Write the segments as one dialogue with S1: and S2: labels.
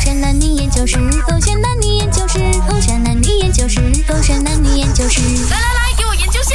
S1: 山男女研究室，风扇男女研究室，风扇男女研究室，风扇男女研究室。
S2: 来来来，给我研究下。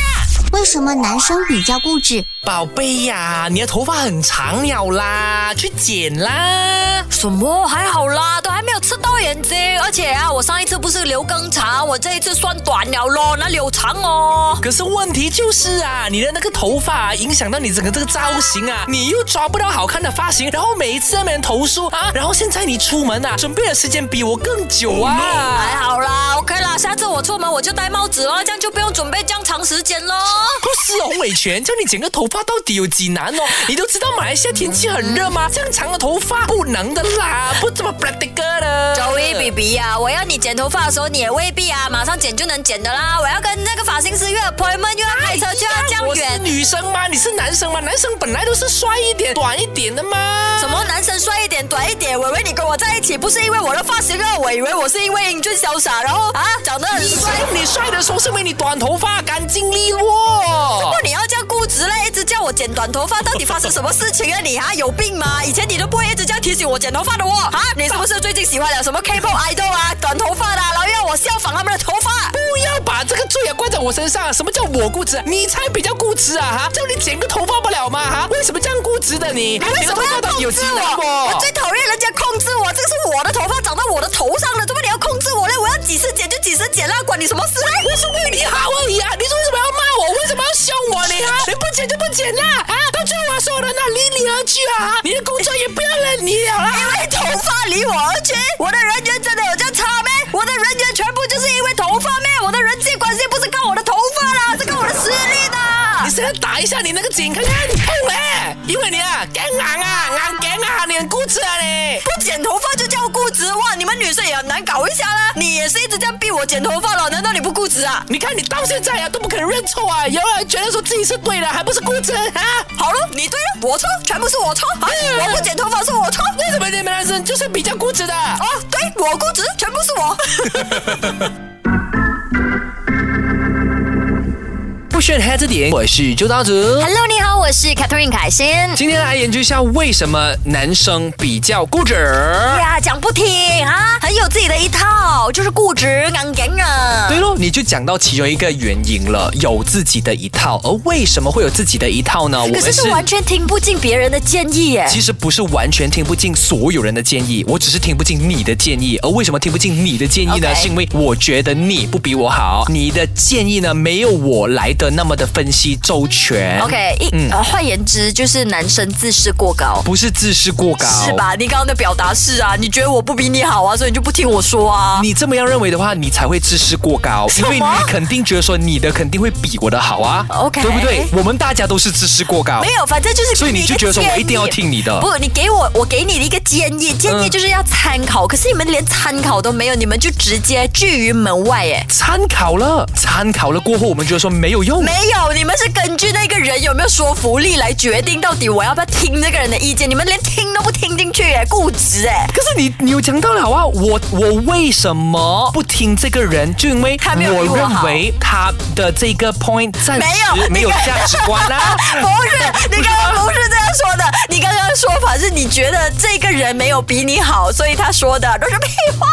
S3: 为什么男生比较固执？
S4: 宝贝呀、你的头发很长了啦，去剪啦。
S2: 什么？还好啦，都还没有刺到眼睛。而且啊，我上一次不是留更长，我这一次算短了咯，那留长哦。
S4: 可是问题就是啊，你的那个头发、影响到你整个这个造型啊，你又抓不到好看的发型，然后每一次那边投诉啊，然后现在你出门啊，准备的时间比我更久
S2: Oh
S4: 啊。
S2: 还好啦，OK 啦，下次我出门我就戴帽子哦，这样就不用准备这样长时间咯。
S4: 不是洪伟全，叫你剪个头发到底有几难哦？你都知道马来西亚天气很热吗？这样长的头发不能的啦，不怎么 practical 的。呃
S2: 周一 B B 呀、我要你剪头发的时候，你也未必啊，马上剪就能剪的啦。我要跟那个发型师约 appointment，又要开车，就要这样
S4: 我是
S2: 远。
S4: 女生吗？你是男生吗？男生本来都是帅一点、短一点的嘛。
S2: 什么男生帅一点、短一点？我以为你跟我在一起不是因为我的发型热，我以为我是因为英俊潇洒，然后啊长得很帅。
S4: 你帅的时候是因为你短头发、干净利
S2: 不
S4: 落。
S2: 过你要这样固执嘞，一直叫我剪短头发，到底发生什么事情啊？你啊有病吗？以前你都不会一直这样提醒我剪头发的哦。啊，你是不是最近喜欢了什么 K-pop idol 啊，短头发的啊，然后要我效仿他们的头发？
S4: 不要把这个罪啊怪在我身上。什么叫我固执？你才比较固执啊！哈，叫你剪个头发不了吗？哈，为什么这样固执的你？
S2: 你为
S4: 你的
S2: 什
S4: 头
S2: 么
S4: 发
S2: 要
S4: 到底有
S2: 控
S4: 几
S2: 制
S4: 难
S2: 我？我
S4: 哦
S2: 最讨厌人家控制我，这个是我的头发长到我的头上了，怎么你要控制我嘞？我要几时剪就几时剪啦，管你什么事嘞？
S4: 我是为你好而已啊！你为什么要骂我？为什么要凶我你啊？你不剪就不剪啦！啊，到最后啊，所有人啊离你而去啊！你的工作也不要了你啊了啦！
S2: 因为头发离我而去，我的人缘真的有这样差咩？我的人缘全部就是因为头发咩？我的人际关系不是靠我的头发啦，是靠我的实力
S4: 你
S2: 的。
S4: 现在打一下你那个井看看，痛嘞！因为你啊，干硬啊，硬干啊，你很固执啊你。
S2: 不剪头发就叫固执哇！你们女生也很难搞一下啦。你也是一直这样逼我剪头发了，难道你不固执啊？
S4: 你看你到现在啊都不肯认错啊，有人觉得说自己是对的，还不是固执啊？
S2: 好了，你对了，我错，全部是我错啊！我不剪头发是我错。
S4: 为什么你们男生就是比较固执的？
S2: 哦，对我固执，全部是我。
S4: 不选黑这点，我是周道子。
S2: Hello，你好，我是 Catherine 凯欣。
S4: 今天来研究一下为什么男生比较固执。
S2: 哎呀，讲不听啊，很有自己的一套，就是固执、硬梗啊。
S4: 对喽，你就讲到其中一个原因了，有自己的一套。而为什么会有自己的一套啊呢？我
S2: 可
S4: 们
S2: 是是完全听不进别人的建议耶。
S4: 其实不是完全听不进所有人的建议，我只是听不进你的建议。而为什么听不进你的建议呢
S2: OK
S4: 是因为我觉得你不比我好，你的建议呢没有我来的那么的分析周全。
S2: OK，一、
S4: 嗯
S2: 呃，换言之，就是男生自视过高。
S4: 不是自视过高，
S2: 是？吧？你刚刚的表达是啊，你觉得我不比你好啊，所以你就不听我说啊。
S4: 你这么样认为的话，你才会自视过高，因
S2: 么
S4: 为你肯定觉得说你的肯定会比我的好啊
S2: OK
S4: 对不对？我们大家都是自视过高，
S2: 没有，反正就是
S4: 所以你就
S2: 给
S4: 觉
S2: 个
S4: 得说我
S2: 建
S4: 一定要
S2: 议
S4: 听你的。
S2: 不，你给我，我给你的一个建议，建议
S4: 嗯
S2: 就是要参考。可是你们连参考都没有，你们就直接拒于门外耶。
S4: 参考了，参考了过后，我们觉得说没有用。
S2: 没有，你们是根据那个人有没有说服力来决定到底我要不要听那个人的意见，你们连听都不听进去耶，固执哎。
S4: 可是你你有讲到了好啊，我我为什么不听这个人？就因为
S2: 他没有比我
S4: 认
S2: 好
S4: 为他的这个 point 暂
S2: 没有
S4: 时 没有价值观 啊啦、
S2: 不是，你刚刚不是这样说的，你刚刚说法是你觉得这个人没有比你好，所以他说的都是屁 话。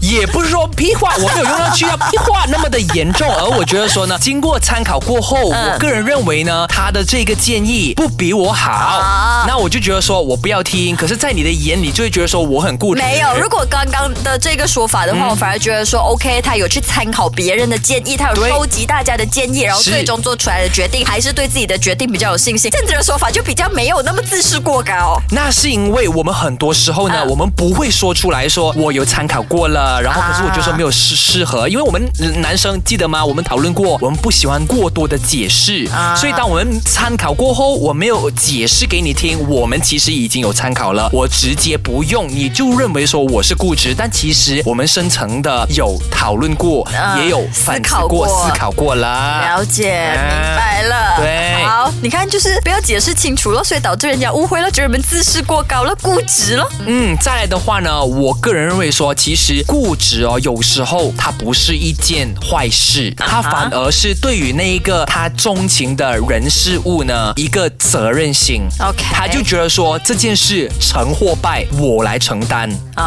S4: 也不是说屁话，我没有用到去到屁话那么的严重。而我觉得说呢，经过参考过后，
S2: 嗯
S4: 我个人认为呢，他的这个建议不比我好，
S2: 啊
S4: 那我就觉得说我不要听。可是，在你的眼里就会觉得说我很固执。
S2: 没有，如果刚刚的这个说法的
S4: 嗯
S2: 话，我反而觉得说，OK，他有去参考别人的建议，他有
S4: 对
S2: 收集大家的建议，然后
S4: 是
S2: 最终做出来的决定，还是对自己的决定比较有信心。这样子的说法就比较没有那么自视过高。
S4: 那是因为我们很多时候呢，
S2: 嗯
S4: 我们不会说出来说我有参考过了，然后可是我就说没有适适合，因为我们嗯男生记得吗？我们讨论过，我们不喜欢过多的解释，
S2: 啊
S4: 所以当我们参考过后，我没有解释给你听，我们其实已经有参考了，我直接不用，你就认为说我是固执，但其实我们深层的有讨论过，
S2: 嗯
S4: 也有
S2: 思
S4: 反思
S2: 考
S4: 过、
S2: 过
S4: 思考过啦。
S2: 了解，
S4: 啊
S2: 明白了。
S4: 对
S2: 好，你看，就是不要解释清楚了，所以导致人家误会了，觉得你们自视过高了、固执了。
S4: 嗯，再来的话呢，我个人认为说，其实固固执哦，有时候它不是一件坏事，它
S5: 啊哈
S4: 反而是对于那一个他钟情的人事物呢一个责任心。
S2: 哦
S5: OK
S2: 哎
S4: 他就觉得说这件事成或败我来承担。
S5: 啊。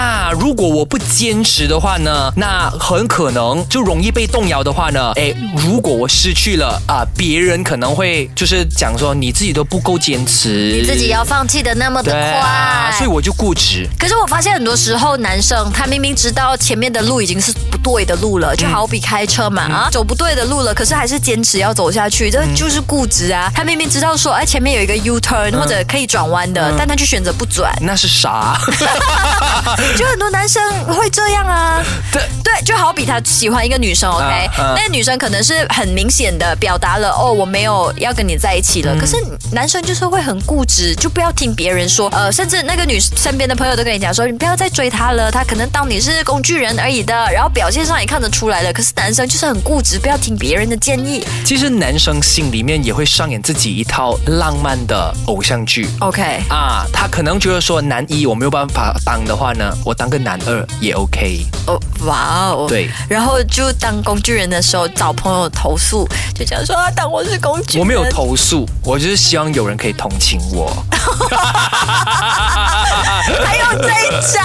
S4: 啊，如果我不坚持的话呢，那很可能就容易被动摇的话呢，诶，如果我失去了啊，别人可能会就是讲说你自己都不够坚持，
S2: 自己要放弃的那么的
S4: 对
S2: 快。
S4: 啊，所以我就固执。
S2: 可是我发现很多时候，男生他明明知道前面的路已经是不对的路
S4: 嗯
S2: 了，就好比开车嘛、啊，走不对的路了，可是还是坚持要走下去，
S4: 嗯
S2: 这就是固执啊。他明明知道说，哎，前面有一个 U turn、或
S4: 嗯
S2: 者可以转弯的，但他就选择不 转，
S4: 那 是啥？
S2: 就很多男生会这样啊。
S4: 对
S2: 对，就好比他喜欢一个女生，OK，、
S4: 啊
S2: 那个女生可能是很明显的表达了，哦，我没有要跟你在一
S4: 嗯
S2: 起了。可是男生就是会很固执，就不要听别人说，呃，甚至那个女身边的朋友都跟你讲说，你不要再追她了，她可能当你是工具人而已的，然后表现上也看得出来了。可是男生就是很固执，不要听别人的建议
S4: 其实男生心里面也会上演自己一套浪漫的偶像剧。
S2: ，OK。
S4: 啊，他可能觉得说男一我没有办法当的话呢，我当个男二也 OK。
S2: 哦，哇哦，
S4: 对，
S2: 然后就当工具人的时候找朋友投诉，就讲说啊，当我是工具人，
S4: 我没有投诉，我就是希望有人可以同情 我。
S2: 还有这一招。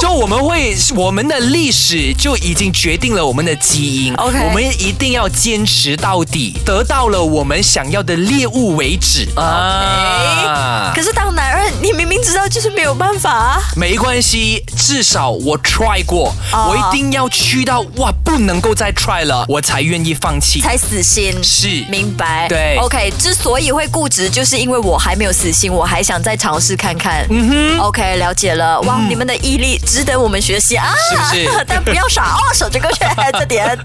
S4: 就我们会，我们的历史就已经决定了我们的基因。
S2: OK
S4: 我们一定要坚持到底，得到了我们想要的猎物为止啊。
S2: 可是当男二，你明明知道就是没有办法、啊。
S4: 没关系，至少我 try 过
S2: 哦
S4: 我一定要去到哇，不能够再 try 了，我才愿意放弃。
S2: 才死心，
S4: 是
S2: 明白？
S4: 对
S2: ，OK。之所以会固执，就是因为我还没有死心，我还想再尝试看看。嗯哼，OK，了解了。哇，你们的毅力值得我们学习啊！
S4: 嗯 是不是
S2: 但不要傻哦，守这个圈这点。